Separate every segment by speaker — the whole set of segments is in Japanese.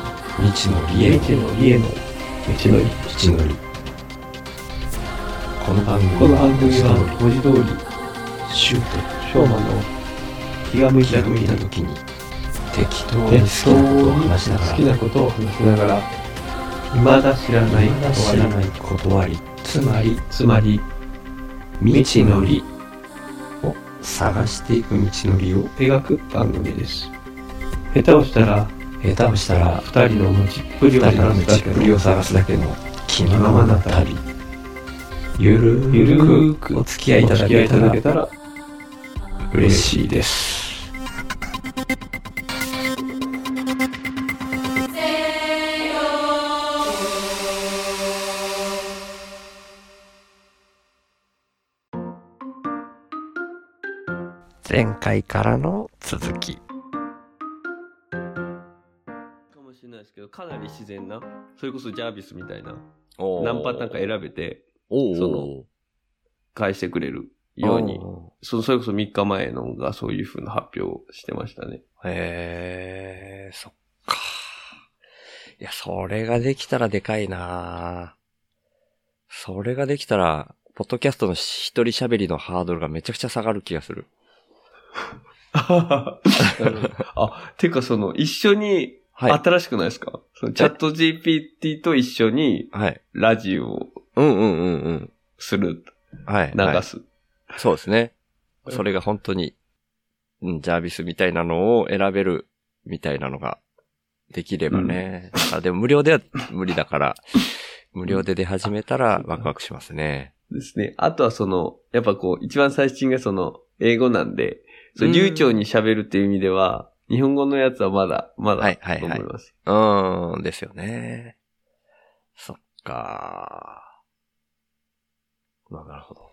Speaker 1: のりへの
Speaker 2: 道のりへの道のり
Speaker 1: 道のりこの番組
Speaker 2: この番組は
Speaker 1: 下取
Speaker 2: 文字通り
Speaker 1: りシュー
Speaker 2: 昭和の気が向
Speaker 1: ト開
Speaker 2: いた
Speaker 1: く
Speaker 2: 時
Speaker 1: 見た
Speaker 2: に
Speaker 1: 時に適当に
Speaker 2: 適当
Speaker 1: 好きなことを
Speaker 2: に
Speaker 1: 話しながら
Speaker 2: 好きなことを話しながら未だ知らない
Speaker 1: まだ知らない断りつまり
Speaker 2: つまり
Speaker 1: 未知のりを探していく道のりを
Speaker 2: 描く番組です下手をしたら
Speaker 1: 下手をしたら
Speaker 2: 二人の持ちっぷりを
Speaker 1: 二人
Speaker 2: 探
Speaker 1: の
Speaker 2: す
Speaker 1: 道
Speaker 2: だ
Speaker 1: っ
Speaker 2: け
Speaker 1: ぷりを探すだけの気のままな旅ゆる
Speaker 2: ゆる
Speaker 1: ー
Speaker 2: ー
Speaker 1: く
Speaker 2: く
Speaker 1: お付き合いいただ
Speaker 2: お付き合い
Speaker 1: けた
Speaker 2: いた
Speaker 1: ら
Speaker 2: だけたら
Speaker 1: 嬉しいです前回からの続き
Speaker 2: かもしれないですけどかなり自然なそれこそジャービスみたいな
Speaker 3: おー
Speaker 2: 何パターンか選べて
Speaker 3: おー
Speaker 2: その返してくれるように
Speaker 3: お
Speaker 2: そそれこそ3日前のがそういう風な発表をしてました ね
Speaker 3: ーへえ、そっか。いや、それができたらでかいなそれができたら、ポッドキャストの一人喋りのハードルがめちゃくちゃ下がる気がする。
Speaker 2: あ、 てかその、一緒に、
Speaker 3: はい。
Speaker 2: 新しくないですか、そのチャット GPT と一緒に
Speaker 3: はい。
Speaker 2: ラジオを
Speaker 3: うんうんうんうん。
Speaker 2: する、
Speaker 3: はい。
Speaker 2: 流
Speaker 3: はい
Speaker 2: す。
Speaker 3: そうですね。それが本当に、うん、ジャービスみたいなのを選べるみたいなのができればね。あでも無料では無理だから、無料で出始めたらワクワクしますね。
Speaker 2: ですね。あとはその、やっぱこう、一番最新がその、英語なんで、そう
Speaker 3: うん
Speaker 2: 流暢に喋るっていう意味では、日本語のやつはまだ、まだ、
Speaker 3: はいはいはい
Speaker 2: と思います。
Speaker 3: うーん、ですよね。そっかまあなるほど。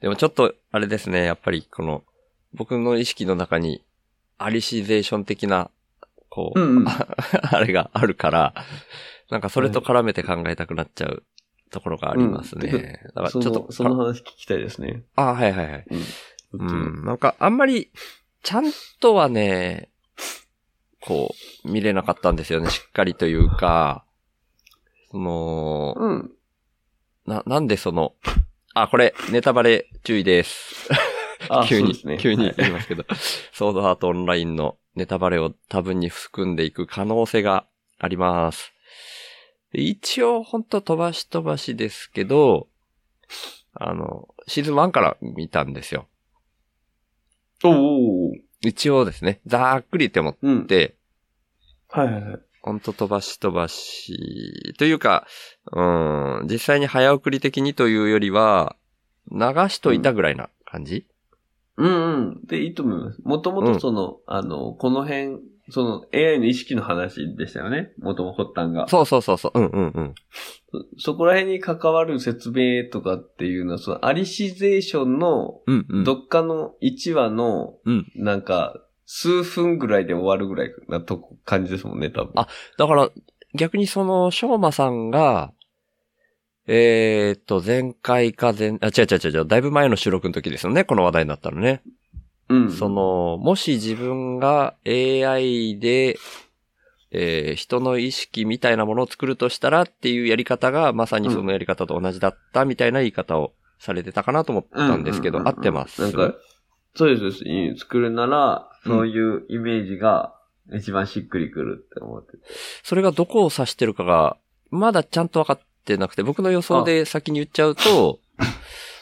Speaker 3: でもちょっと、あれですね、やっぱりこの、僕の意識の中に、アリシゼーション的な、こう、
Speaker 2: うんうん
Speaker 3: あれがあるから、なんかそれと絡めて考えたくなっちゃうところがありますね。
Speaker 2: うん
Speaker 3: だからちょっと、
Speaker 2: その、その話聞きたいですね。
Speaker 3: あ、はいはいはい。
Speaker 2: う
Speaker 3: う。ん、なんかあんまり、ちゃんとはね、こう、見れなかったんですよね、しっかりというか、その、
Speaker 2: うん。
Speaker 3: な、なんでその、あ、これ、ネタバレ注意です。
Speaker 2: あ、
Speaker 3: 急
Speaker 2: そう
Speaker 3: に、
Speaker 2: ですね。
Speaker 3: 急に
Speaker 2: はい
Speaker 3: 言いますけど、ソードアートオンラインのネタバレを多分に含んでいく可能性があります。で一応、ほんと飛ばし飛ばしですけど、あの、シーズン1から見たんですよ。
Speaker 2: おー。
Speaker 3: 一応ですね、ざっくりって思っ
Speaker 2: うん。
Speaker 3: て、
Speaker 2: はいはいはい。
Speaker 3: ほんと飛ばし飛ばし、というか、うん、実際に早送り的にというよりは、流しといたぐらいな感じ、
Speaker 2: うんうん。で、いいと思います。もともとその、あの、この辺、その AI の意識の話でしたよね。もとも発端が。
Speaker 3: そうそうそうそう、うんうんうん。
Speaker 2: そそこら辺に関わる説明とかっていうのは、そのアリシゼーションの、
Speaker 3: うんうん。
Speaker 2: どっかの1話の、
Speaker 3: うん
Speaker 2: なんか、数分ぐらいで終わるぐらいなとこ感じですもんね、多分。
Speaker 3: あだから、逆にその、しょうまさんが、えー、っと、前回か前、あ、違う違う違う違う、だいぶ前の収録の時ですよね、この話題になったのね。
Speaker 2: うん。
Speaker 3: その、もし自分が AI で、えー人の意識みたいなものを作るとしたらっていうやり方が、まさにそのやり方と同じだったみたいな言い方をされてたかなと思っ
Speaker 2: ううう
Speaker 3: たんですけど、合ってます。
Speaker 2: なんか、そうですそうです。作るなら、
Speaker 3: うん
Speaker 2: そういうイメージが一番しっくりくるって思ってて。
Speaker 3: それがどこを指してるかが、まだちゃんと分かってなくて、僕の予想で先に言っちゃ うと、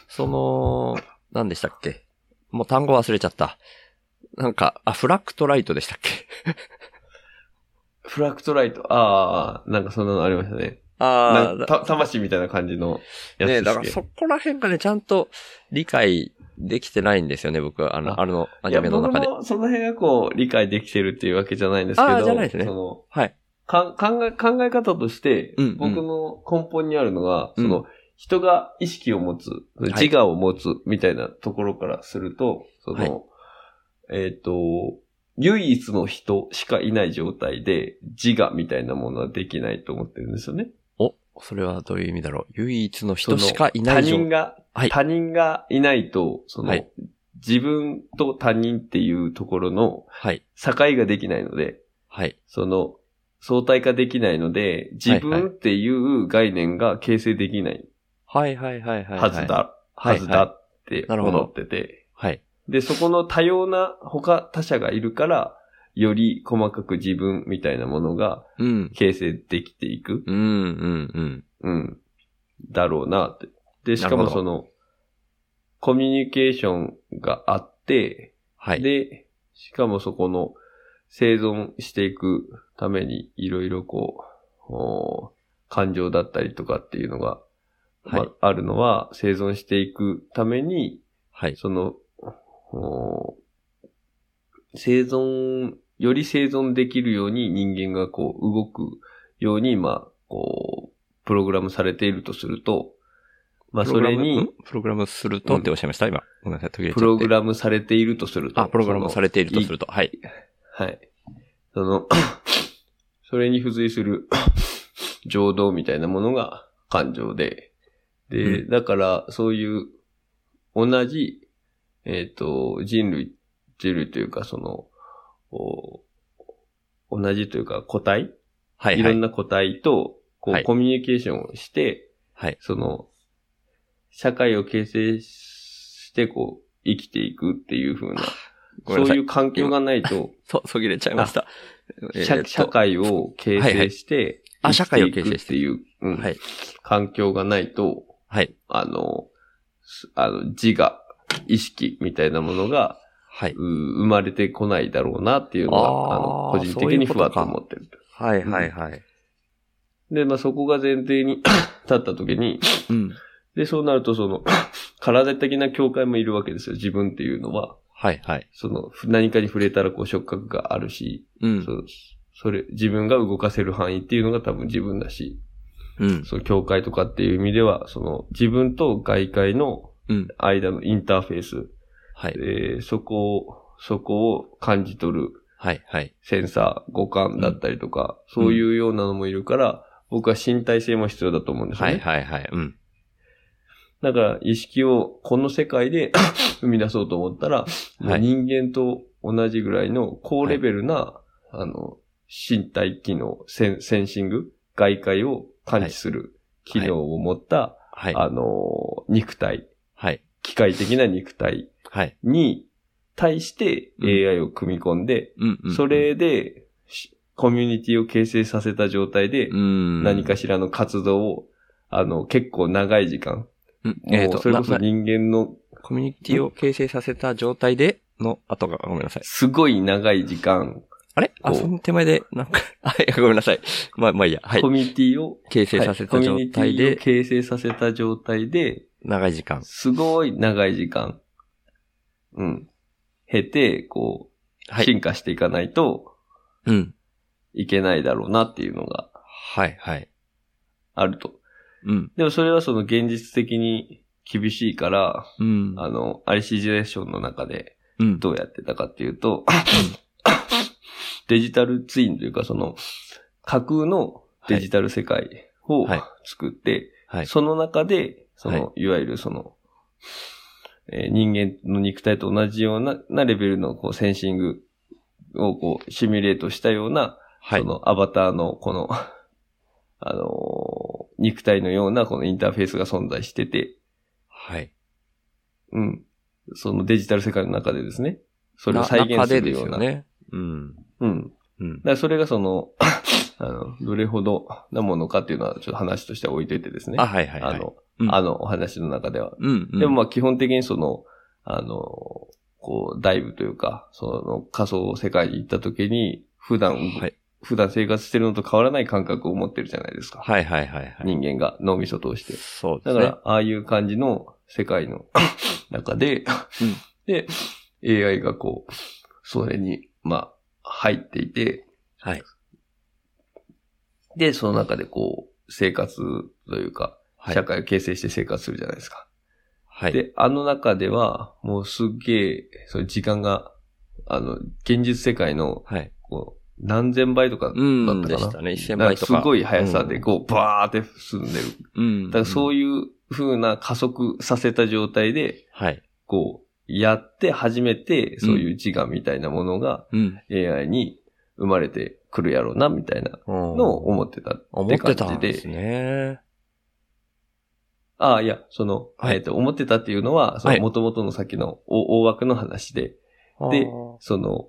Speaker 3: その、何でしたっけもう単語忘れちゃった。なんか、あ、フラクトライトでしたっけ
Speaker 2: フラクトライト、ああ、なんかそんなのありましたね。
Speaker 3: あ
Speaker 2: なん
Speaker 3: あ、
Speaker 2: た魂みたいな感じのやつ
Speaker 3: ね
Speaker 2: です
Speaker 3: だからそこら辺がね、ちゃんと理解できてないんですよね、僕は。あの、
Speaker 2: あ
Speaker 3: あの、アニメの中
Speaker 2: い
Speaker 3: で
Speaker 2: や、。僕もその辺がこう、理解できてるっていうわけじゃないんですけ
Speaker 3: あー
Speaker 2: ど、
Speaker 3: じゃないですね
Speaker 2: その
Speaker 3: はい。
Speaker 2: か考え、考え方として
Speaker 3: うんうん、
Speaker 2: 僕の根本にあるのが、
Speaker 3: うん
Speaker 2: その、人が意識を持つ、
Speaker 3: い
Speaker 2: 自我を持つみたいなところからすると、その、
Speaker 3: はい
Speaker 2: えっ、と、唯一の人しかいない状態で自我みたいなものはできないと思ってるんですよね。
Speaker 3: お、それはどういう意味だろう。唯一の
Speaker 2: そ
Speaker 3: 人
Speaker 2: の
Speaker 3: しかいな
Speaker 2: 他
Speaker 3: い状
Speaker 2: 人が、
Speaker 3: はい
Speaker 2: 他人がいないと、その、
Speaker 3: はい
Speaker 2: 自分と他人っていうところの
Speaker 3: はい。
Speaker 2: 境ができないので、
Speaker 3: はい。
Speaker 2: その、相対化できないので、自分っていう概念が形成できない
Speaker 3: はいはいはいはい。
Speaker 2: はずだ、
Speaker 3: はい
Speaker 2: はずだって
Speaker 3: なるほど
Speaker 2: 思ってて、
Speaker 3: はい。
Speaker 2: で、そこの多様な他他者がいるから、より細かく自分みたいなものが
Speaker 3: うん。
Speaker 2: 形成できていく。
Speaker 3: うんうんうん。
Speaker 2: うん。だろうなって。で、しか
Speaker 3: なる
Speaker 2: も
Speaker 3: ほど
Speaker 2: その、コミュニケーションがあって、
Speaker 3: はい。
Speaker 2: で、しかもそこの生存していくためにいろいろこう、おー感情だったりとかっていうのが、ま
Speaker 3: はい
Speaker 2: あるのは生存していくために、
Speaker 3: はい。
Speaker 2: その、おー生存、より生存できるように人間がこう動くように、まあ、こう、プログラムされているとすると、まあそれに、
Speaker 3: プログラム、んプログラムするとっておっしゃいました、今。ごめんなさい、途切れちゃって。
Speaker 2: プログラムされているとすると。
Speaker 3: あ、プログラムされているとすると。はい。
Speaker 2: はい。その、 それに付随する 情動みたいなものが感情で、で、
Speaker 3: う
Speaker 2: だから、そういう、同じ、えっ、と、人類、人類というか、その、お同じというか、個体、
Speaker 3: はい
Speaker 2: い
Speaker 3: は
Speaker 2: ろん
Speaker 3: い。
Speaker 2: な個体と、こ
Speaker 3: は
Speaker 2: う、
Speaker 3: い
Speaker 2: コミュニケーションをして、
Speaker 3: はい
Speaker 2: その、社会を形成して、こう、生きていくっていう風な、
Speaker 3: ごめ
Speaker 2: そ
Speaker 3: んな
Speaker 2: う
Speaker 3: さい
Speaker 2: いう環境がない と、
Speaker 3: と、途切れちゃいました。えーっ
Speaker 2: 社
Speaker 3: と
Speaker 2: 社会を形成して、
Speaker 3: はいはいあ
Speaker 2: 生きていく
Speaker 3: 社会を形成して
Speaker 2: っていう、うん
Speaker 3: はい。
Speaker 2: 環境がないと、
Speaker 3: はい。
Speaker 2: あの、すあの自我、意識みたいなものが。
Speaker 3: はいう
Speaker 2: 生まれてこないだろうなっていうのが、あの
Speaker 3: あー
Speaker 2: 個人的に
Speaker 3: そういうこ
Speaker 2: ふ
Speaker 3: と
Speaker 2: わ
Speaker 3: か
Speaker 2: っと思ってる。
Speaker 3: はいはいはい。
Speaker 2: で、まあ、そこが前提 に立った時に、
Speaker 3: うん。
Speaker 2: で、そうなるとその、 体的な境界もいるわけですよ、自分っていうのは。
Speaker 3: はいはい。
Speaker 2: その、ふ何かに触れたらこう触覚があるし、
Speaker 3: うん。
Speaker 2: そうそれ、自分が動かせる範囲っていうのが多分自分だし、
Speaker 3: うん。
Speaker 2: その境界とかっていう意味では、その自分と外界の
Speaker 3: うん。
Speaker 2: 間のインターフェース、
Speaker 3: はい。
Speaker 2: えーそこを、そこを感じ取る
Speaker 3: はいはい。
Speaker 2: センサー、五感だったりとか、そういうようなのもいるから、僕は身体性も必要だと思うんですよ
Speaker 3: は
Speaker 2: ね。
Speaker 3: いはいはい。うん。
Speaker 2: だから意識をこの世界で 生み出そうと思ったら、
Speaker 3: はい
Speaker 2: 人間と同じぐらいの高レベルな、あの、身体機能、センセンシング、外界を感知する機能を持った、
Speaker 3: はい。
Speaker 2: あの、肉体、
Speaker 3: はい。
Speaker 2: 機械的な肉体
Speaker 3: はい。
Speaker 2: に対して
Speaker 3: うん
Speaker 2: AI を組み込んで、
Speaker 3: うんうん。
Speaker 2: そ、れでしコミュニティを形成させた状態で
Speaker 3: うん。
Speaker 2: 何かしらの活動を、あの、結構長い時間、
Speaker 3: うん、
Speaker 2: も
Speaker 3: えっ、
Speaker 2: う
Speaker 3: と、
Speaker 2: それこ
Speaker 3: な
Speaker 2: そ
Speaker 3: な
Speaker 2: 人間の
Speaker 3: コミュニティを形成させた状態での後が、ごめんなさい。
Speaker 2: すごい長い時間、
Speaker 3: あれあ、
Speaker 2: こう
Speaker 3: その手前で、なんか、 はい、ごめんなさい。まあ、まあいいや。はい
Speaker 2: コ。ミュニティを
Speaker 3: 形成させた状
Speaker 2: は
Speaker 3: 態
Speaker 2: いコミュニティを
Speaker 3: で、
Speaker 2: 形成させた状態で、
Speaker 3: 長い時間。
Speaker 2: すごい長い時間、うん、経て、こ
Speaker 3: は
Speaker 2: う、
Speaker 3: い。
Speaker 2: 進化していかないと
Speaker 3: うん。
Speaker 2: いけないだろうなっていうのが
Speaker 3: はい、はい。
Speaker 2: あると。
Speaker 3: うん。
Speaker 2: でもそれはその現実的に厳しいから、
Speaker 3: うん。
Speaker 2: あの、アリシジレーションの中で
Speaker 3: うん。
Speaker 2: どうやってたかっていうと、デジタルツインというかその、架空のデジタル世界を
Speaker 3: はい
Speaker 2: 作って、
Speaker 3: はい。
Speaker 2: その中で、その、い、わゆるその、えー人間の肉体と同じようななレベルのこうセンシングをこうシミュレートしたような
Speaker 3: は
Speaker 2: そ
Speaker 3: い。
Speaker 2: のアバターのこの、 あのー肉体のようなこのインターフェースが存在してて、
Speaker 3: はい。
Speaker 2: うん。そのデジタル世界の中でですね、それを再現
Speaker 3: 中
Speaker 2: す
Speaker 3: で
Speaker 2: る
Speaker 3: です
Speaker 2: ような。
Speaker 3: ね。うん。
Speaker 2: うん。だ
Speaker 3: うん。
Speaker 2: からそれがその、 あの、どれほどなものかっていうのはちょっと話としては置いといてですね。
Speaker 3: あ、はい、はい。はい
Speaker 2: あ、の、
Speaker 3: うん
Speaker 2: あのお話の中では。
Speaker 3: うん。うん
Speaker 2: でもまあ基本的にその、あの、こう、ダイブというか、その仮想世界に行った時に、普段、
Speaker 3: はい
Speaker 2: 普段生活してるのと変わらない感覚を持ってるじゃないですか。
Speaker 3: はい、はい、はい。はい。
Speaker 2: 人間が脳みそ通して。
Speaker 3: そうで
Speaker 2: だ
Speaker 3: す
Speaker 2: か
Speaker 3: ね
Speaker 2: ら。、ああいう感じの世界 の中で、で、AI がこう、それに、まあ、入っていて、
Speaker 3: はい。
Speaker 2: で、その中でこう、生活というか、
Speaker 3: はい
Speaker 2: 社。会を形成して生活するじゃないですか。
Speaker 3: はい。
Speaker 2: で、あの中では、もうすっげえ、その時間が、あの、現実世界の、
Speaker 3: はい。
Speaker 2: こう、何千倍とかだった
Speaker 3: う
Speaker 2: かな。
Speaker 3: ん。でしたね。1000
Speaker 2: なん
Speaker 3: 倍
Speaker 2: か
Speaker 3: と
Speaker 2: す
Speaker 3: か。
Speaker 2: ごい速さ
Speaker 3: う
Speaker 2: で、
Speaker 3: ん
Speaker 2: こう、バーって進んでる
Speaker 3: うん。
Speaker 2: だからそう
Speaker 3: い
Speaker 2: いう風な加速させた状態で、
Speaker 3: うん。はい。
Speaker 2: こう、やって初めて、そういう自我みたいなものが
Speaker 3: うん。
Speaker 2: AI に生まれて来るやろうな、みたいな
Speaker 3: うん
Speaker 2: のを思ってたっ
Speaker 3: 思
Speaker 2: て
Speaker 3: っ
Speaker 2: 感
Speaker 3: て
Speaker 2: じで。
Speaker 3: たんですね。
Speaker 2: ああ、いや、その、
Speaker 3: はい
Speaker 2: えっと、思ってたっていうのは、そ
Speaker 3: は
Speaker 2: の、
Speaker 3: い
Speaker 2: 元々の先の大大枠の話で、でその、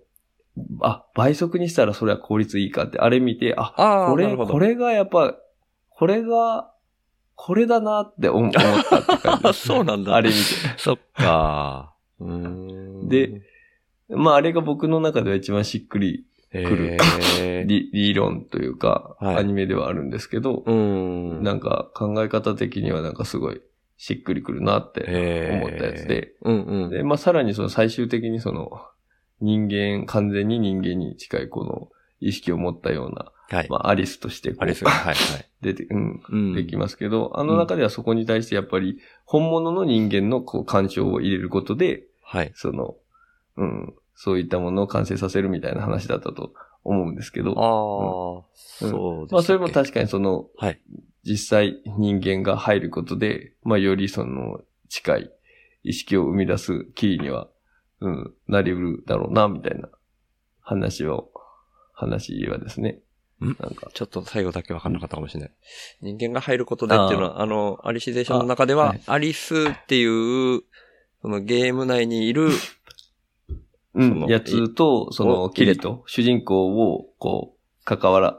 Speaker 2: あ、倍速にしたらそれは効率いいかって、あれ見て、あ、
Speaker 3: あー
Speaker 2: こ
Speaker 3: な
Speaker 2: れ、
Speaker 3: るほど
Speaker 2: これがやっぱ、これが、これだなって思思ったって感じで
Speaker 3: あ、
Speaker 2: す。
Speaker 3: そうなんだ。
Speaker 2: あれ見
Speaker 3: そっか。 うーん
Speaker 2: で、て。まあ、あれが僕の中では一番しっくり、
Speaker 3: 来
Speaker 2: る。理理論というか、
Speaker 3: はい
Speaker 2: アニメではあるんですけど、
Speaker 3: うん。
Speaker 2: なんか考え方的にはなんかすごいしっくりくるなって
Speaker 3: へー
Speaker 2: 思ったやつ。で、
Speaker 3: うんうん。
Speaker 2: で、まあ、さらにその最終的にその人間、完全に人間に近いこの意識を持ったような、
Speaker 3: はい。
Speaker 2: まあ、アリスとしてこう
Speaker 3: あれですよ。はいはい。
Speaker 2: 出て、うん、
Speaker 3: うん
Speaker 2: できますけど、あの中ではそこに対してやっぱり本物の人間のこう干渉を入れることで、
Speaker 3: はい。
Speaker 2: その、うん、そういったものを完成させるみたいな話だったと思うんですけ
Speaker 3: ああ
Speaker 2: ど、、うん
Speaker 3: そうです
Speaker 2: まあそれも確かにその、
Speaker 3: はい
Speaker 2: 実際人間が入ることで、まあよりその近い意識を生み出すキーには、うん、なりうるだろうな、みたいな話を、話はですね。
Speaker 3: ん
Speaker 2: なんか、
Speaker 3: ちょっと最後だけ分かんなかったかもしれない。人間が入ることでっていうのは、あの、アリシゼーションの中で
Speaker 2: あ
Speaker 3: は
Speaker 2: はい、
Speaker 3: アリスっていう、そのゲーム内にいる、
Speaker 2: う
Speaker 3: そ
Speaker 2: ん、
Speaker 3: の
Speaker 2: やつと、その、
Speaker 3: を
Speaker 2: キリと、主人公を、こう、関わら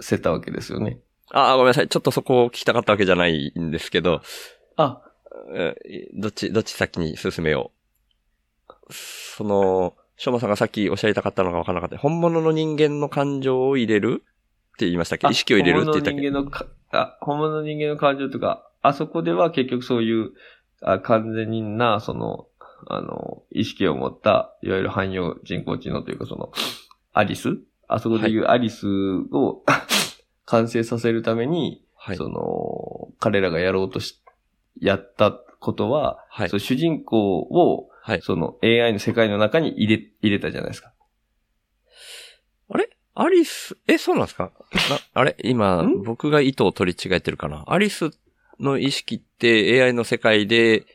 Speaker 2: せたわけですよね。
Speaker 3: ああ、ごめんなさい。ちょっとそこを聞きたかったわけじゃないんですけど、
Speaker 2: あ、
Speaker 3: えどっち、どっち先に進めよう。その、しょうまさんがさっきおっしゃりたかったのが分からなかった。本物の人間の感情を入れるって言いましたっけ
Speaker 2: あ
Speaker 3: 意識を入れるって言ったっ
Speaker 2: 本
Speaker 3: け
Speaker 2: 物の人間のか、あ、本物の人間の感情とか、あそこでは結局そういう、あ完全にな、その、あの、意識を持った、いわゆる汎用人工知能というかその、アリスあそこでいうアリスを、 完成させるために、
Speaker 3: はい
Speaker 2: そ。の、彼らがやろうとし、やったことは、
Speaker 3: はい
Speaker 2: そ。の主人公を、
Speaker 3: はい
Speaker 2: その AI の世界の中に入れ、入れたじゃないですか。
Speaker 3: アリス、え、そうなんですかなあれ今
Speaker 2: ん、
Speaker 3: 僕が意図を取り違えてるかなアリスの意識って AI の世界で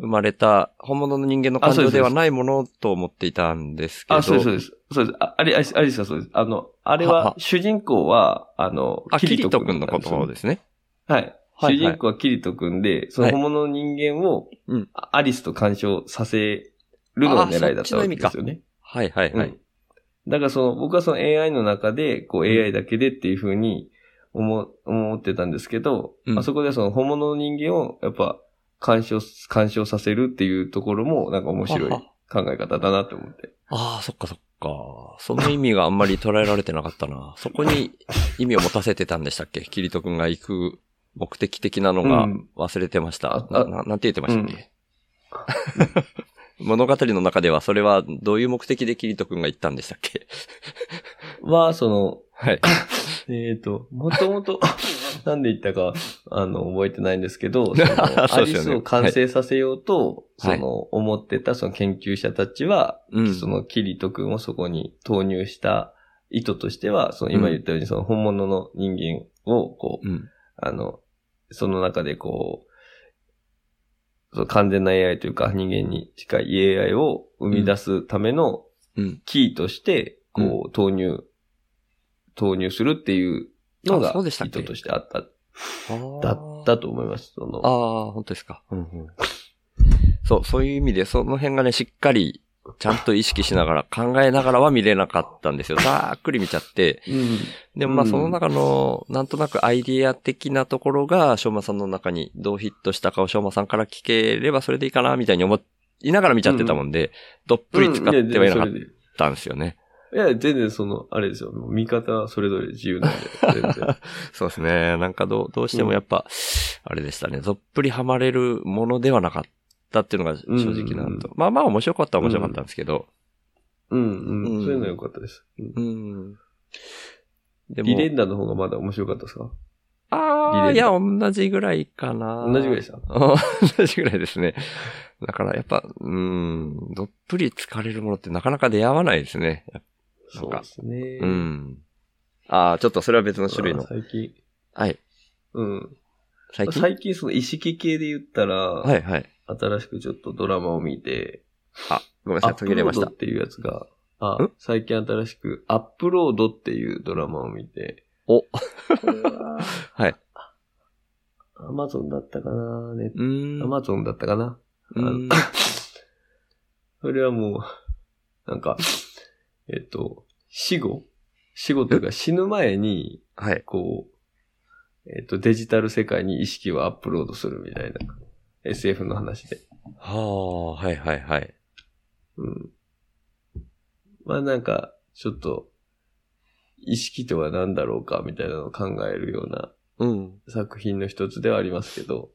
Speaker 3: 生まれた本物の人間の感
Speaker 2: あそうで
Speaker 3: 情
Speaker 2: す
Speaker 3: ではないものと思っていたんですけど。
Speaker 2: あ、そうです、そうです。そうです。ああれ、アリスアリスはそうです。あの、あれは
Speaker 3: は、
Speaker 2: 主人公は、あの、
Speaker 3: あ、キリト君の
Speaker 2: なん
Speaker 3: こ
Speaker 2: ですよ
Speaker 3: とですね。
Speaker 2: はい。
Speaker 3: はい
Speaker 2: 主人公はキリト君で、その
Speaker 3: はい
Speaker 2: 本物の人間を
Speaker 3: うん、
Speaker 2: あアリスと干渉させるのが狙いだったわけですよね。
Speaker 3: はいはいはい。
Speaker 2: うんだからその、僕はその AI の中で、こう AI だけでっていうふうに思、思ってたんですけど、
Speaker 3: うん
Speaker 2: あそこでその本物の人間を、やっぱ、干渉、干渉させるっていうところも、なんか面白い
Speaker 3: はは
Speaker 2: 考え方だなって思って。
Speaker 3: ああ、そっかそっか。その意味があんまり捉えられてなかったな。そこに意味を持たせてたんでしたっけキリト君が行く目的的なのが
Speaker 2: うん
Speaker 3: 忘れてました。
Speaker 2: ああ
Speaker 3: なななんて言ってましたっけ、 物語の中ではそれはどういう目的でキリト君が行ったんでしたっけ
Speaker 2: は、その、
Speaker 3: はい。
Speaker 2: えっ、と、もともと、 なんで言ったか、あの、覚えてないんですけ ど、そ
Speaker 3: そ
Speaker 2: のア
Speaker 3: うで
Speaker 2: リ
Speaker 3: すよ
Speaker 2: ス
Speaker 3: ね
Speaker 2: を完成させようと、
Speaker 3: はい
Speaker 2: その、思ってたその研究者たちは、
Speaker 3: うん
Speaker 2: そのキリト君をそこに投入した意図としては、その今言ったようにその本物の人間を、こう、
Speaker 3: うん。
Speaker 2: あの、その中でこう、その完全な AI というか人間に近い AI を生み出すための
Speaker 3: うん。
Speaker 2: キーとして、こう、投入、投入するっていうの
Speaker 3: あ
Speaker 2: が、
Speaker 3: そうでしたっ
Speaker 2: 意
Speaker 3: け
Speaker 2: 図としてあった、
Speaker 3: あ
Speaker 2: だ
Speaker 3: ー
Speaker 2: ったと思います。その、
Speaker 3: ああ、本当ですか。うんうん。そう、そういう意味で、その辺がね、しっかり、ちゃんと意識しながら、考えながらは見れなかったんですよ。ざーっくり見ちゃって。
Speaker 2: うん。
Speaker 3: でもまあ
Speaker 2: うん
Speaker 3: その中の、なんとなくアイディア的なところが、しょうまさんの中にどうヒットしたかをしょうまさんから聞ければそれでいいかな、みたいに思いながら見ちゃってたもんで、どっぷり使ってはいなかっ
Speaker 2: うんいや全然それで
Speaker 3: たんですよね。
Speaker 2: いや、全然その、あれですよ。もう見方はそれぞれ自由なんで、 全然。
Speaker 3: そうですね。なんかどう、どうしてもやっぱ、あれでしたね。どっぷりハマれるものではなかったっていうのが正直な
Speaker 2: うんうん
Speaker 3: んと。まあまあ面白かったは面白かったんですけど。
Speaker 2: うん、うん、
Speaker 3: うん
Speaker 2: そういうのは良かったです。うん
Speaker 3: うん。で
Speaker 2: リレンダの方がまだ面白かったですか
Speaker 3: ああ、
Speaker 2: リ
Speaker 3: い
Speaker 2: レ
Speaker 3: や、
Speaker 2: ー
Speaker 3: 同じぐらいかな。
Speaker 2: 同じぐらいでした
Speaker 3: あー同じぐらいですね。だからやっぱ、うーん、どっぷり疲れるものってなかなか出会わないですね。な
Speaker 2: そ
Speaker 3: ん
Speaker 2: う
Speaker 3: か
Speaker 2: ですね。
Speaker 3: うん。ああ、ちょっとそれは別の種類の。
Speaker 2: 最近。
Speaker 3: はい。
Speaker 2: うん。
Speaker 3: 最近
Speaker 2: 最近その意識系で言ったら、
Speaker 3: はいはい。
Speaker 2: 新しくちょっとドラマを見て、
Speaker 3: あ、ごめんな
Speaker 2: ア
Speaker 3: さい、
Speaker 2: ッ
Speaker 3: 途
Speaker 2: プ
Speaker 3: 切れ
Speaker 2: ロ
Speaker 3: ま
Speaker 2: ー
Speaker 3: し
Speaker 2: ド
Speaker 3: た
Speaker 2: っ。ていうやつがあ
Speaker 3: ん、
Speaker 2: 最近新しく、アップロードっていうドラマを見て。
Speaker 3: おは。
Speaker 2: はいアマゾンだったかなネッ
Speaker 3: うーん。
Speaker 2: ト、アマゾンだったかな
Speaker 3: うーん
Speaker 2: それはもう、 なんか、えっと、死後死後というか死ぬ前に、
Speaker 3: はい。
Speaker 2: こう、えっと、デジタル世界に意識をアップロードするみたいな、SF の話で。
Speaker 3: はあ、はいはいはい。
Speaker 2: うん。まあなんか、ちょっと、意識とは何だろうかみたいなのを考えるような
Speaker 3: うん。
Speaker 2: 作品の一つではありますけど、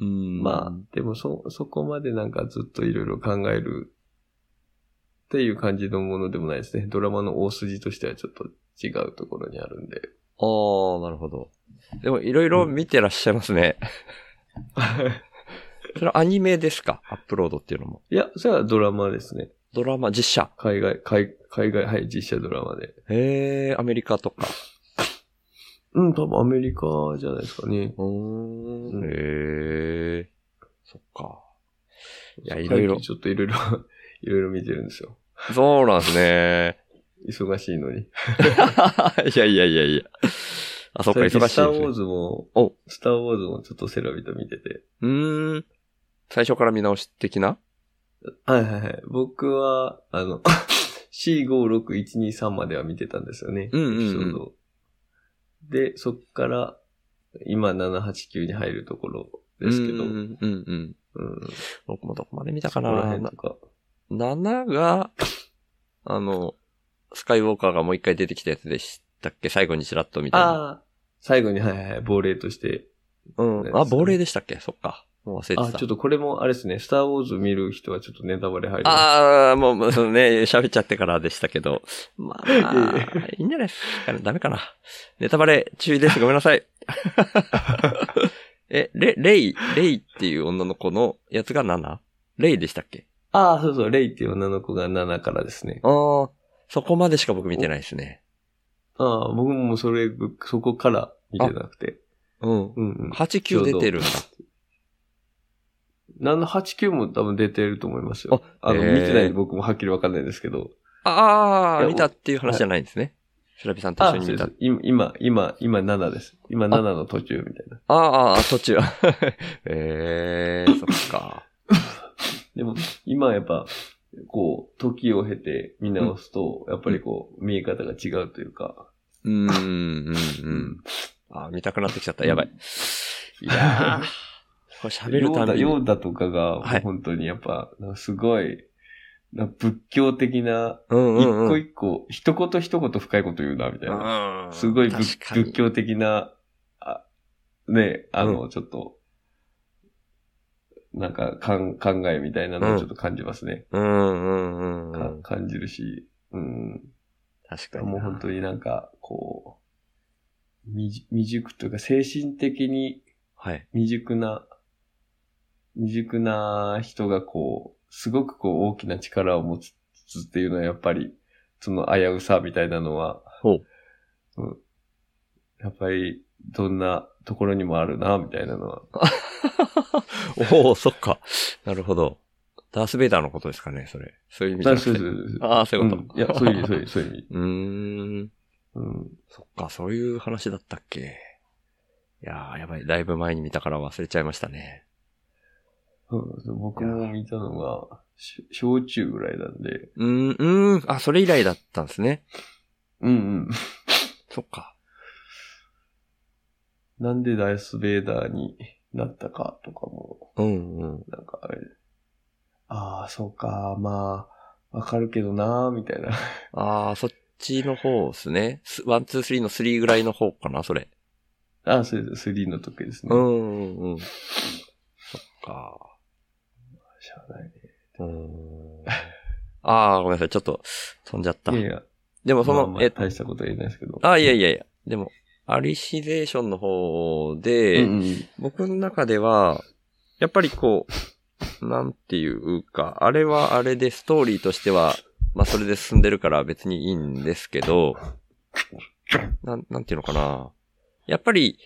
Speaker 3: うん
Speaker 2: まあ、でもそ、そこまでなんかずっといろいろ考えるっていう感じのものでもないですね。ドラマの大筋としてはちょっと違うところにあるんで。
Speaker 3: ああ、なるほど。でもいろいろ見てらっしゃいます ね。それはアニメですかアップロードっていうのも。
Speaker 2: いや、それはドラマですね。
Speaker 3: ドラマ、実写。
Speaker 2: 海外、海海外、はい、実写ドラマで。
Speaker 3: へえ、アメリカとか。
Speaker 2: うん、多分アメリカじゃないですかね。
Speaker 3: うーん。
Speaker 2: うん
Speaker 3: へえ。そっか。いや
Speaker 2: そう
Speaker 3: いろいろ
Speaker 2: 最近ちょっといろい ろ、いろいろ見てるんですよ。
Speaker 3: そうなんですね。
Speaker 2: 忙しいのに。
Speaker 3: いやいやいやいや。あ、そっか、忙しい
Speaker 2: 最
Speaker 3: で
Speaker 2: 近スター
Speaker 3: す、
Speaker 2: ウォー
Speaker 3: ね。
Speaker 2: ズも、
Speaker 3: お
Speaker 2: スターウォーズもちょっとセラビと見てて。
Speaker 3: うーん。最初から見直し的な
Speaker 2: はいはいはい。僕は、あの、C56123 までは見てたんですよね。
Speaker 3: うんうんうん
Speaker 2: エピソードをで、そっから、今789に入るところですけど、
Speaker 3: う
Speaker 2: うん。
Speaker 3: うんんうんうん。僕もどこまで見たか
Speaker 2: この
Speaker 3: な
Speaker 2: 辺とか。
Speaker 3: 7が、あの、スカイウォーカーがもう一回出てきたやつでしたっけ最後にちらっと見たな。
Speaker 2: ああ、最後にはいはいはい、亡霊として。
Speaker 3: うん。あ、亡霊でしたっけそっか。もう忘れてた。
Speaker 2: あ、ちょっとこれもあれですね、スターウォーズ見る人はちょっとネタバレ入る。
Speaker 3: ああ、もうもう、そうね、 喋っちゃってからでしたけど。まあ、
Speaker 2: いえい
Speaker 3: いいんじゃないですかね。ダメかな。ネタバレ注意です。ごめんなさい。 え、レ、レイ、レイっていう女の子のやつが 7? レイでしたっけ
Speaker 2: ああ、そうそう、レイっていう女の子が7からですね。
Speaker 3: ああ、そこまでしか僕見てないですね。
Speaker 2: ああ、僕もそれ、そこから見てなくて。
Speaker 3: うん。
Speaker 2: うんうん。
Speaker 3: 8、9出てるんだ。
Speaker 2: 789も多分出てると思いますよ。
Speaker 3: あ
Speaker 2: あの、
Speaker 3: へ
Speaker 2: 見
Speaker 3: ー
Speaker 2: てないんで僕もはっきりわかんないんですけど。
Speaker 3: あ
Speaker 2: い
Speaker 3: あ、
Speaker 2: や
Speaker 3: 見たっていう話じゃないんですね。シラビさんと
Speaker 2: あ
Speaker 3: 一緒に見た。あ
Speaker 2: そうです今、今、今7です。今7の途中みたいな。
Speaker 3: あー、あー途中。 ええー、そっか。
Speaker 2: でも、今やっぱ、こう、時を経て見直すと、やっぱりこう、見え方が違うというか。
Speaker 3: うーん、うん、うん。あー、見たくなってきちゃった。やばい。いやー。これ喋
Speaker 2: ヨ
Speaker 3: る
Speaker 2: ー
Speaker 3: た
Speaker 2: ダ、
Speaker 3: めに。
Speaker 2: ヨーダとかが、
Speaker 3: はい
Speaker 2: 本当にやっぱ、なんかすごい、なんか仏教的な、
Speaker 3: うん
Speaker 2: 一
Speaker 3: うんう
Speaker 2: 個
Speaker 3: ん。
Speaker 2: 一個、一言一言深いこと言うな、みたいな。
Speaker 3: うん
Speaker 2: すごいぶ
Speaker 3: 確かに
Speaker 2: 仏教的な、あね、あの、ちょっと、なんかかん考えみたいなのをちょっと感じますね。
Speaker 3: うんうんうんう
Speaker 2: か
Speaker 3: ん。
Speaker 2: 感じるし、うん。
Speaker 3: 確かにな。
Speaker 2: もう本当になんか、こう、未未熟というか、精神的に
Speaker 3: はい。
Speaker 2: 未熟な、未熟な人がこう、すごくこう大きな力を持つっていうのはやっぱり、その危うさみたいなのは、
Speaker 3: ほ
Speaker 2: うんやっぱり、どんなところにもあるな、みたいなのは。
Speaker 3: おおそっか。なるほど。ダースベイダーのことですかね、それ。そういう意味じゃ
Speaker 2: あ
Speaker 3: なくて
Speaker 2: そうそうそう
Speaker 3: ああ、そう
Speaker 2: う
Speaker 3: い
Speaker 2: ん
Speaker 3: うこと。
Speaker 2: いや、そういう意味、そういう意味、そういう意味。
Speaker 3: うーん。
Speaker 2: うん
Speaker 3: そっか、そういう話だったっけ。いやー、やばい。だいぶ前に見たから忘れちゃいましたね。
Speaker 2: そうそう僕も見たのが、し小中ぐらいなんで。
Speaker 3: うーん、うーん。あ、それ以来だったんですね。
Speaker 2: うん
Speaker 3: そっか。
Speaker 2: うん。なんでダイス・ベイダーになったかとかも、
Speaker 3: うん、うん。
Speaker 2: なんかあれ、ああ、そうか、まあ、わかるけどなー、みたいな。
Speaker 3: あー、そっちの方ですね。すワン、ツー、スリーのスリーぐらいの方かな、それ。
Speaker 2: ああ、そうです。3の時ですね。し
Speaker 3: うん、うん、うん。そっか。
Speaker 2: ゃあないう
Speaker 3: ーん。あー、ごめんなさい。ちょっと飛んじゃった
Speaker 2: ね。い。やいや、
Speaker 3: でもその、
Speaker 2: まあまあ
Speaker 3: えっと、
Speaker 2: 大したことは言えないですけど。
Speaker 3: あー、いやいやいや。でも、アリシゼーションの方で、
Speaker 2: うんうん
Speaker 3: 僕の中では、やっぱりこう、なんていうか、あれはあれでストーリーとしては、まあそれで進んでるから別にいいんですけど、なん、なんていうのかな。やっぱり、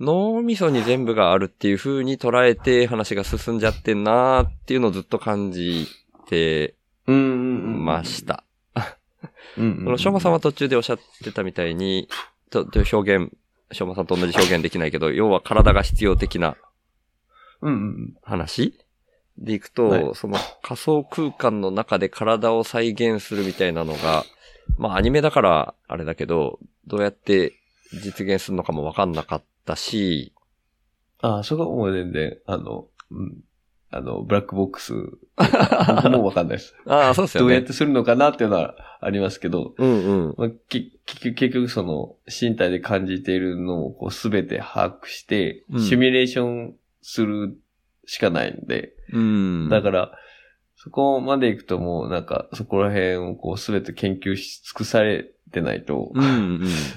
Speaker 3: 脳みそに全部があるっていう風に捉えて話が進んじゃってんなーっていうのをずっと感じて
Speaker 2: うんうんうん。
Speaker 3: ました。
Speaker 2: うんうんうん
Speaker 3: この、しょうまさんは途中でおっしゃってたみたいに、と、という表現、しょうまさんと同じ表現できないけど、要は体が必要的な
Speaker 2: うんうん。
Speaker 3: 話でいくと、
Speaker 2: はい
Speaker 3: その仮想空間の中で体を再現するみたいなのが、まあアニメだからあれだけど、どうやって実現するのかもわかんなかったし、
Speaker 2: ああ、そこはもう全然、あの、うん。あの、ブラックボック ス、もうわかんないです。
Speaker 3: ああ、そうですよ
Speaker 2: ど
Speaker 3: ね。
Speaker 2: うやってするのかなっていうのはありますけど、
Speaker 3: うんうん。
Speaker 2: まあ、き結局結局その身体で感じているのをこうすべて把握して
Speaker 3: う、ん
Speaker 2: シミュレーションするしかないんで、
Speaker 3: うん。
Speaker 2: だから、そこまで行くともうなんかそこら辺をこうすべて研究し尽くされてないと、
Speaker 3: うん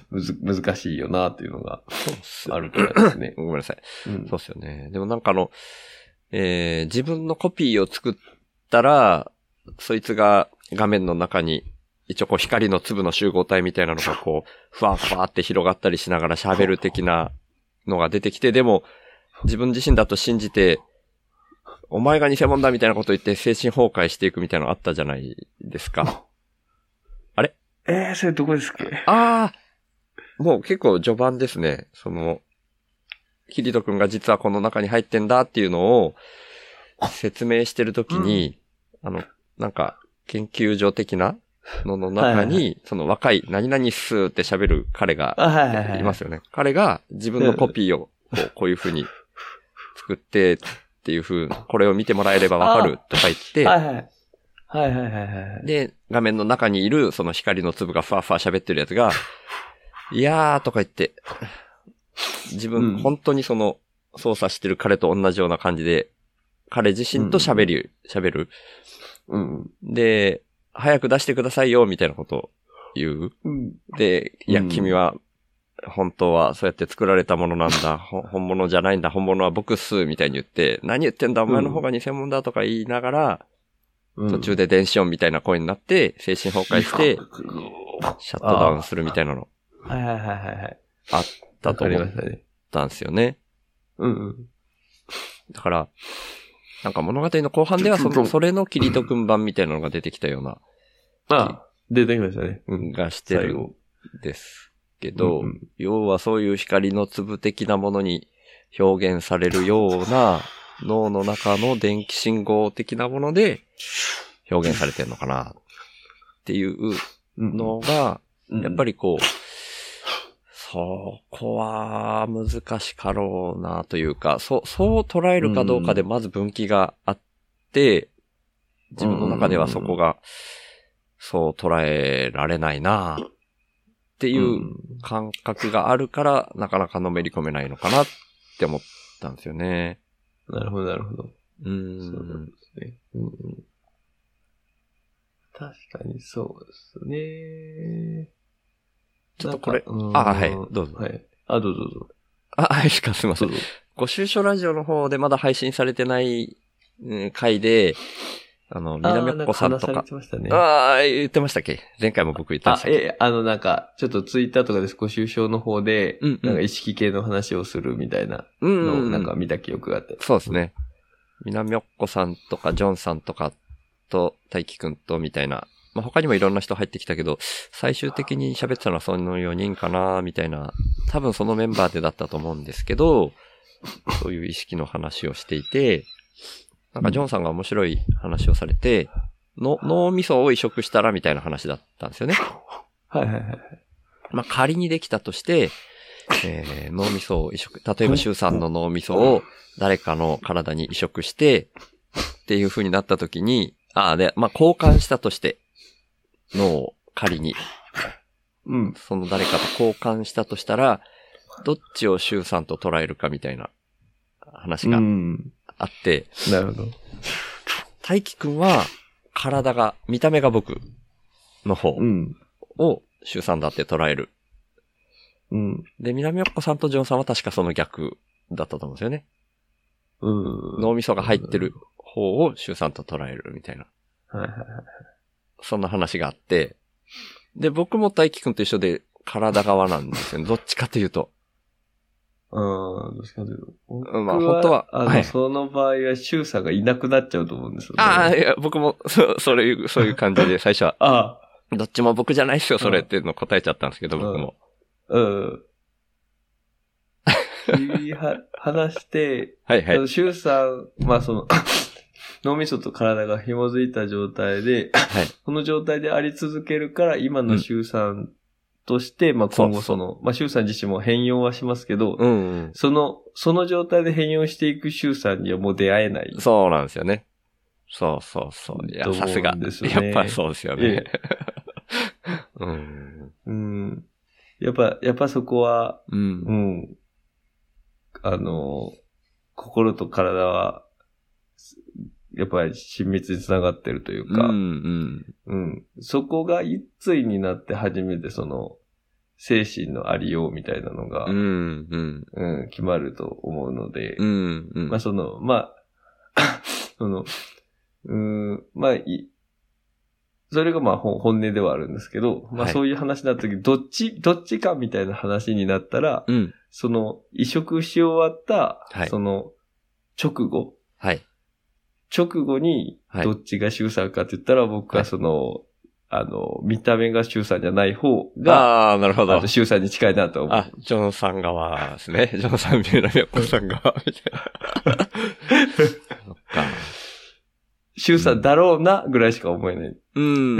Speaker 3: うん。
Speaker 2: むず難しいよなっていうのが
Speaker 3: そうっす
Speaker 2: あるくらいですね。
Speaker 3: ごめんなさい。
Speaker 2: うん
Speaker 3: そうっすよね。でもなんかあの、えー自分のコピーを作ったら、そいつが画面の中に、一応こう光の粒の集合体みたいなのが こう、ふわふわって広がったりしながら喋る的なのが出てきて、でも、自分自身だと信じて、お前が偽物だみたいなこと言って精神崩壊していくみたいなのあったじゃないですか。
Speaker 2: えー、それどこですか
Speaker 3: ああもう結構序盤ですね。その、キリト君が実はこの中に入ってんだっていうのを説明してるときに、あの、なんか、研究所的なのの中に、
Speaker 2: はいは
Speaker 3: その若い、何々すーって喋る彼が
Speaker 2: あ、はいはいはいい。
Speaker 3: ますよね。彼が自分のコピーをこうこういう風に作ってっていう風、これを見てもらえればわかるとか 言って、
Speaker 2: はいはい。はいはいはいはい。
Speaker 3: で、画面の中にいる、その光の粒がふわふわ喋ってるや つが、いやーとか言って、自分、
Speaker 2: うん
Speaker 3: 本当にその、操作してる彼と同じような感じで、彼自身と喋り、喋る。
Speaker 2: うん。
Speaker 3: で、早く出してくださいよ、みたいなことを言う。
Speaker 2: うん。
Speaker 3: で、いや、
Speaker 2: うん
Speaker 3: 君は、本当はそうやって作られたものなんだ。ほ本物じゃないんだ。本物は僕っす、みたいに言って、何言ってんだ、お前の方が偽物だとか言いながら、途中
Speaker 2: で
Speaker 3: で電子音みたいな声になって、精神崩壊して、シャットダウンするみたいなの
Speaker 2: はいはいはいはいはい。
Speaker 3: あったと
Speaker 2: わかり
Speaker 3: 思
Speaker 2: ま
Speaker 3: っ
Speaker 2: したね。
Speaker 3: たんですよね。
Speaker 2: うんうん。
Speaker 3: だから、なんか物語の後半ではそ
Speaker 2: ちょっ
Speaker 3: の、
Speaker 2: と
Speaker 3: それのキリト君版みたいなのが出てきたような、
Speaker 2: あ、出てきましたね。
Speaker 3: うん、がして
Speaker 2: 最
Speaker 3: るん
Speaker 2: 後。
Speaker 3: ですけど、
Speaker 2: うんうん
Speaker 3: 要はそういう光の粒的なものに表現されるような脳の中の電気信号的なもので表現されてるのかなっていう
Speaker 2: うん
Speaker 3: のが、
Speaker 2: うん
Speaker 3: やっぱりこう、そこは難しかろうなというか、そう、そう捉えるかどうかでまず分岐があって、自分の中ではそこが、そう捉えられないなってい
Speaker 2: うん
Speaker 3: う感覚があるから、なかなかのめり込めないのかなって思ったんですよね。
Speaker 2: なるほど、なるほど。
Speaker 3: う
Speaker 2: そうなん
Speaker 3: ん。
Speaker 2: ですね。うんうん確かにそうですね。
Speaker 3: ちょっとこれ
Speaker 2: なんかうん
Speaker 3: あはいどうぞ
Speaker 2: はい。あ、どうぞどうぞ。
Speaker 3: あ、はい、しかすいませ
Speaker 2: ど
Speaker 3: ん
Speaker 2: う。ぞ。
Speaker 3: ご収書ラジオの方でまだ配信されてないうん回で、あの、南っ子さんと
Speaker 2: あーな
Speaker 3: か
Speaker 2: か話され、てましたね。
Speaker 3: ああ、言ってましたっけ前回も僕言ってま
Speaker 2: あ
Speaker 3: し、たっけ
Speaker 2: え、あの、なんか、ちょっとツイッターとかで少し優の方で、
Speaker 3: うんうん
Speaker 2: なんか意識系の話をするみたいな
Speaker 3: うん
Speaker 2: の
Speaker 3: う
Speaker 2: を、
Speaker 3: んうん、
Speaker 2: なんか見た記憶があって。
Speaker 3: そうですね。南おっこさんとか、ジョンさんとかと、大輝くんと、みたいな。まあ、他にもいろんな人入ってきたけど、最終的に喋ってたのはその4人かな、みたいな。多分そのメンバーでだったと思うんですけど、そういう意識の話をしていて、なんかジョンさんが面白い話をされて、の脳みそを移植したらみたいな話だったんですよね。
Speaker 2: はいはいはい。
Speaker 3: まあ、仮にできたとして、えー脳みそを移植、例えば、シュウさんの脳みそを誰かの体に移植して、っていう風になった時に、ああ、で、まあ、交換したとして、脳を仮に、
Speaker 2: うん。
Speaker 3: その誰かと交換したとしたら、どっちをシュウさんと捉えるかみたいな話が
Speaker 2: うん。
Speaker 3: あって、
Speaker 2: なるほど。
Speaker 3: 大輝くんは、体が、見た目が僕の方
Speaker 2: うん。
Speaker 3: をシュウさんだって捉える。
Speaker 2: うん。
Speaker 3: で、南岡さんとジョンさんは確かその逆だったと思うんですよね。
Speaker 2: うん。
Speaker 3: 脳みそが入ってる方をシュウさんと捉えるみたいな。
Speaker 2: はいはい
Speaker 3: そんな話があって。で、僕も大輝くんと一緒で体側なんです よね。どっちかというと。
Speaker 2: はい。うん。どっちかというと。僕
Speaker 3: まあ本当は
Speaker 2: あの、
Speaker 3: はい
Speaker 2: その場合は、シュウさんがいなくなっちゃうと思うんですよ、
Speaker 3: ああ、いや、僕も、そそういう、そういう感じで最初は
Speaker 2: あ。あ
Speaker 3: どっちも僕じゃないっすよ、それっていうの答えちゃったんですけど、
Speaker 2: うん
Speaker 3: 僕も。
Speaker 2: うん。君は、話して、
Speaker 3: はい は
Speaker 2: あ
Speaker 3: い。
Speaker 2: の、シュウさん、まあその、 脳みそと体が紐づいた状態で、
Speaker 3: はい
Speaker 2: この状態であり続けるから、今のシュウさんとして、まあ今後その、まあシュウさん自身も変容はしますけど、
Speaker 3: うんうん。
Speaker 2: その、その状態で変容していくシュウさんにはもう出会えない。
Speaker 3: そうなんですよね。そうそうそう。い
Speaker 2: と
Speaker 3: や、
Speaker 2: 思うん
Speaker 3: さすが。
Speaker 2: ですよ
Speaker 3: や
Speaker 2: ね
Speaker 3: っぱそうですよ
Speaker 2: え
Speaker 3: ね。うん。
Speaker 2: うん。やっぱ、やっぱそこは、
Speaker 3: う。
Speaker 2: うんん。あの、心と体は、やっぱり親密につながってるという
Speaker 3: うん。う
Speaker 2: か、
Speaker 3: ん。
Speaker 2: うん。そこが一対になって初めてその、精神のありようみたいなのが、
Speaker 3: う
Speaker 2: うん、
Speaker 3: ん。うん。
Speaker 2: 決まると思うので、
Speaker 3: うん。うん
Speaker 2: まあそ の、まあ、その、うん、まあ、い、それがまあほん本音ではあるんですけど、まあ
Speaker 3: はい
Speaker 2: そういう話になった時、どっち、どっちかみたいな話になったら、
Speaker 3: うん。
Speaker 2: その、移植し終わった、
Speaker 3: はい
Speaker 2: その、直後、
Speaker 3: はい。
Speaker 2: 直後に、
Speaker 3: はい
Speaker 2: どっちがシュウさんかって言ったら、僕はその、あの、見た目がシュウさんじゃない方が、
Speaker 3: ああ、なるほ
Speaker 2: あ
Speaker 3: ど
Speaker 2: の、。シュウさんに近いなと思う。
Speaker 3: あ、ジョンさん側ですね。 ジョンさん、三浦宮子さん側、みたいな。そっか。
Speaker 2: シュウさんだろうな、ぐらいしか思えない。
Speaker 3: うん、うん、う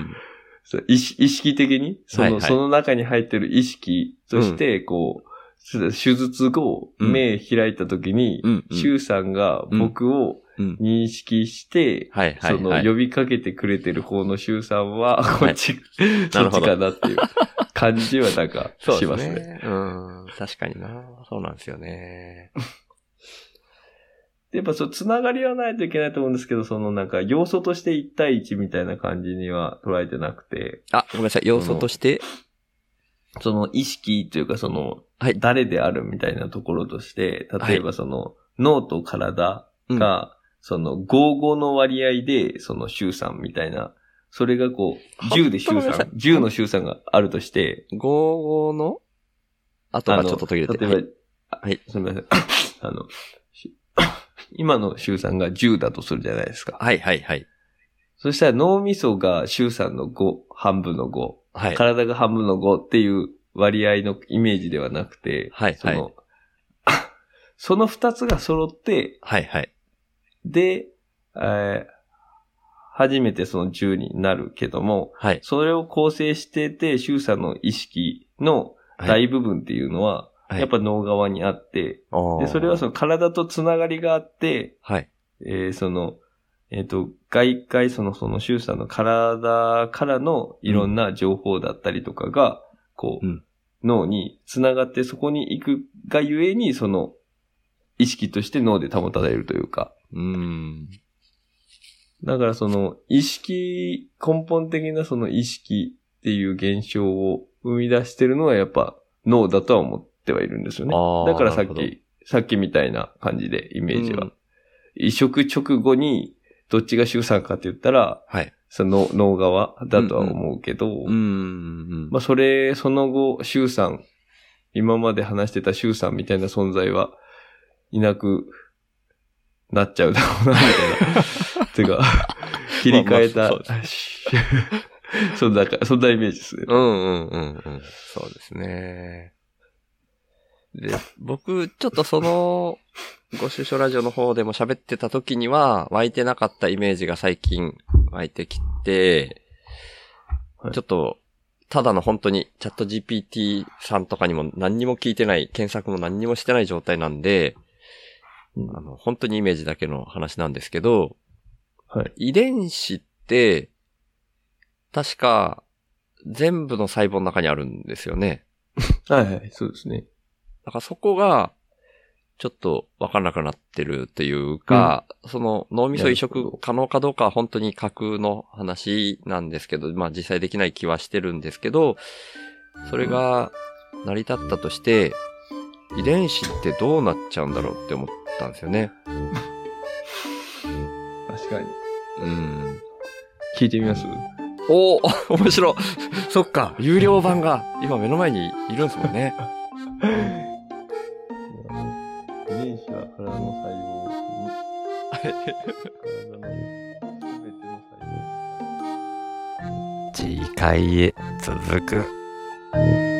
Speaker 3: ん、
Speaker 2: そう意識意識的に、その、
Speaker 3: はいはい
Speaker 2: その中に入ってる意識として、こう、手術後、
Speaker 3: うん
Speaker 2: 目開いた時に
Speaker 3: う、ん。
Speaker 2: シュウさんが僕を
Speaker 3: うん。
Speaker 2: 認識して、
Speaker 3: はい、はい、
Speaker 2: そ
Speaker 3: は
Speaker 2: の、
Speaker 3: い。
Speaker 2: 呼びかけてくれてる方の周さんは、こっち、そ
Speaker 3: なる
Speaker 2: っ
Speaker 3: ほ
Speaker 2: ち
Speaker 3: ど
Speaker 2: かなっていう感じはなんか
Speaker 3: そう
Speaker 2: し
Speaker 3: で
Speaker 2: ます
Speaker 3: す
Speaker 2: ね。
Speaker 3: ね。うん。確かにな。そうなんですよね。
Speaker 2: でやっぱそう、つながりはないといけないと思うんですけど、そのなんか、要素として1対1みたいな感じには捉えてなくて、
Speaker 3: あ、ごめんなさい。要素として、
Speaker 2: その意識というかその、
Speaker 3: はい
Speaker 2: 誰であるみたいなところとして、
Speaker 3: はい
Speaker 2: 例えばその、脳と体
Speaker 3: うん
Speaker 2: が、その、55の割合で、その周さんみたいな、それがこう、10で周
Speaker 3: ごめん
Speaker 2: さ
Speaker 3: なんさい、
Speaker 2: 10の周さんがあるとして、
Speaker 3: 合合の後がちょっと途切れて。
Speaker 2: あの
Speaker 3: は
Speaker 2: 例え
Speaker 3: い
Speaker 2: ば、あ
Speaker 3: はい
Speaker 2: すみません。 あの、し 今の周さんが10だとするじゃないですか。
Speaker 3: はい、はい、はい。
Speaker 2: そしたら脳みそが周さんの5、半分の5、
Speaker 3: はい。
Speaker 2: 体が半分の5っていう割合のイメージではなくて、
Speaker 3: はい
Speaker 2: その、 その2つが揃って、
Speaker 3: はい、はい。
Speaker 2: で、えー初めてその10になるけども、
Speaker 3: はい。
Speaker 2: それを構成してて、周さんの意識の大部分っていうのは、
Speaker 3: はい
Speaker 2: やっぱ脳側にあって、
Speaker 3: で
Speaker 2: で、それはその体とつながりがあって、
Speaker 3: はい。
Speaker 2: えーその、えっ、と、外界、その、その、シュウさんの体からのいろんな情報だったりとかが、こう、
Speaker 3: うん
Speaker 2: 脳につながって、そこに行くがゆえに、その、意識として脳で保たれるというか。
Speaker 3: うん。
Speaker 2: だからその、意識、根本的なその意識っていう現象を生み出してるのはやっぱ脳だとは思ってはいるんですよね
Speaker 3: あ。ー
Speaker 2: だからさっ
Speaker 3: なる
Speaker 2: き、さっきみたいな感じで、イメージは。
Speaker 3: うん
Speaker 2: 移植直後に、どっちが主産かって言ったら、
Speaker 3: はい。
Speaker 2: その脳側だとは思うけど、
Speaker 3: うん。
Speaker 2: まあそれ、その後、周さん、今まで話してた周さんみたいな存在はいなくなっちゃうだろうな、みたいな。て か、切り替え
Speaker 3: まあ
Speaker 2: た
Speaker 3: まあそう、
Speaker 2: そんなか、そんなイメージですね。
Speaker 3: うんうんうんうん。そうですね。で、僕、ちょっとその、ご出所ラジオの方でも喋ってた時には、湧いてなかったイメージが最近湧いてきて、
Speaker 2: はい
Speaker 3: ちょっと、ただの本当にチャット GPT さんとかにも何にも聞いてない、検索も何にもしてない状態なんで、
Speaker 2: うん
Speaker 3: あの、本当にイメージだけの話なんですけど、
Speaker 2: はい
Speaker 3: 遺伝子って、確か、全部の細胞の中にあるんですよね。
Speaker 2: はいはい、そうですね。
Speaker 3: だからそこが、ちょっとわかんなくなってるというか、その脳みそ移
Speaker 2: なるほ
Speaker 3: 植
Speaker 2: ど
Speaker 3: 可能かどうかは本当に架空の話なんですけど、まあ実際できない気はしてるんですけど、それが成り立ったとして、遺伝子ってどうなっちゃうんだろうって思ったんですよね。
Speaker 2: 確かに。
Speaker 3: うん。
Speaker 2: 聞いてみます
Speaker 3: おお面白いそっか、有料版が今目の前にいるんですもんね。
Speaker 2: 遺伝子は体の細胞に、体の全ての細胞
Speaker 1: 次回へ続く。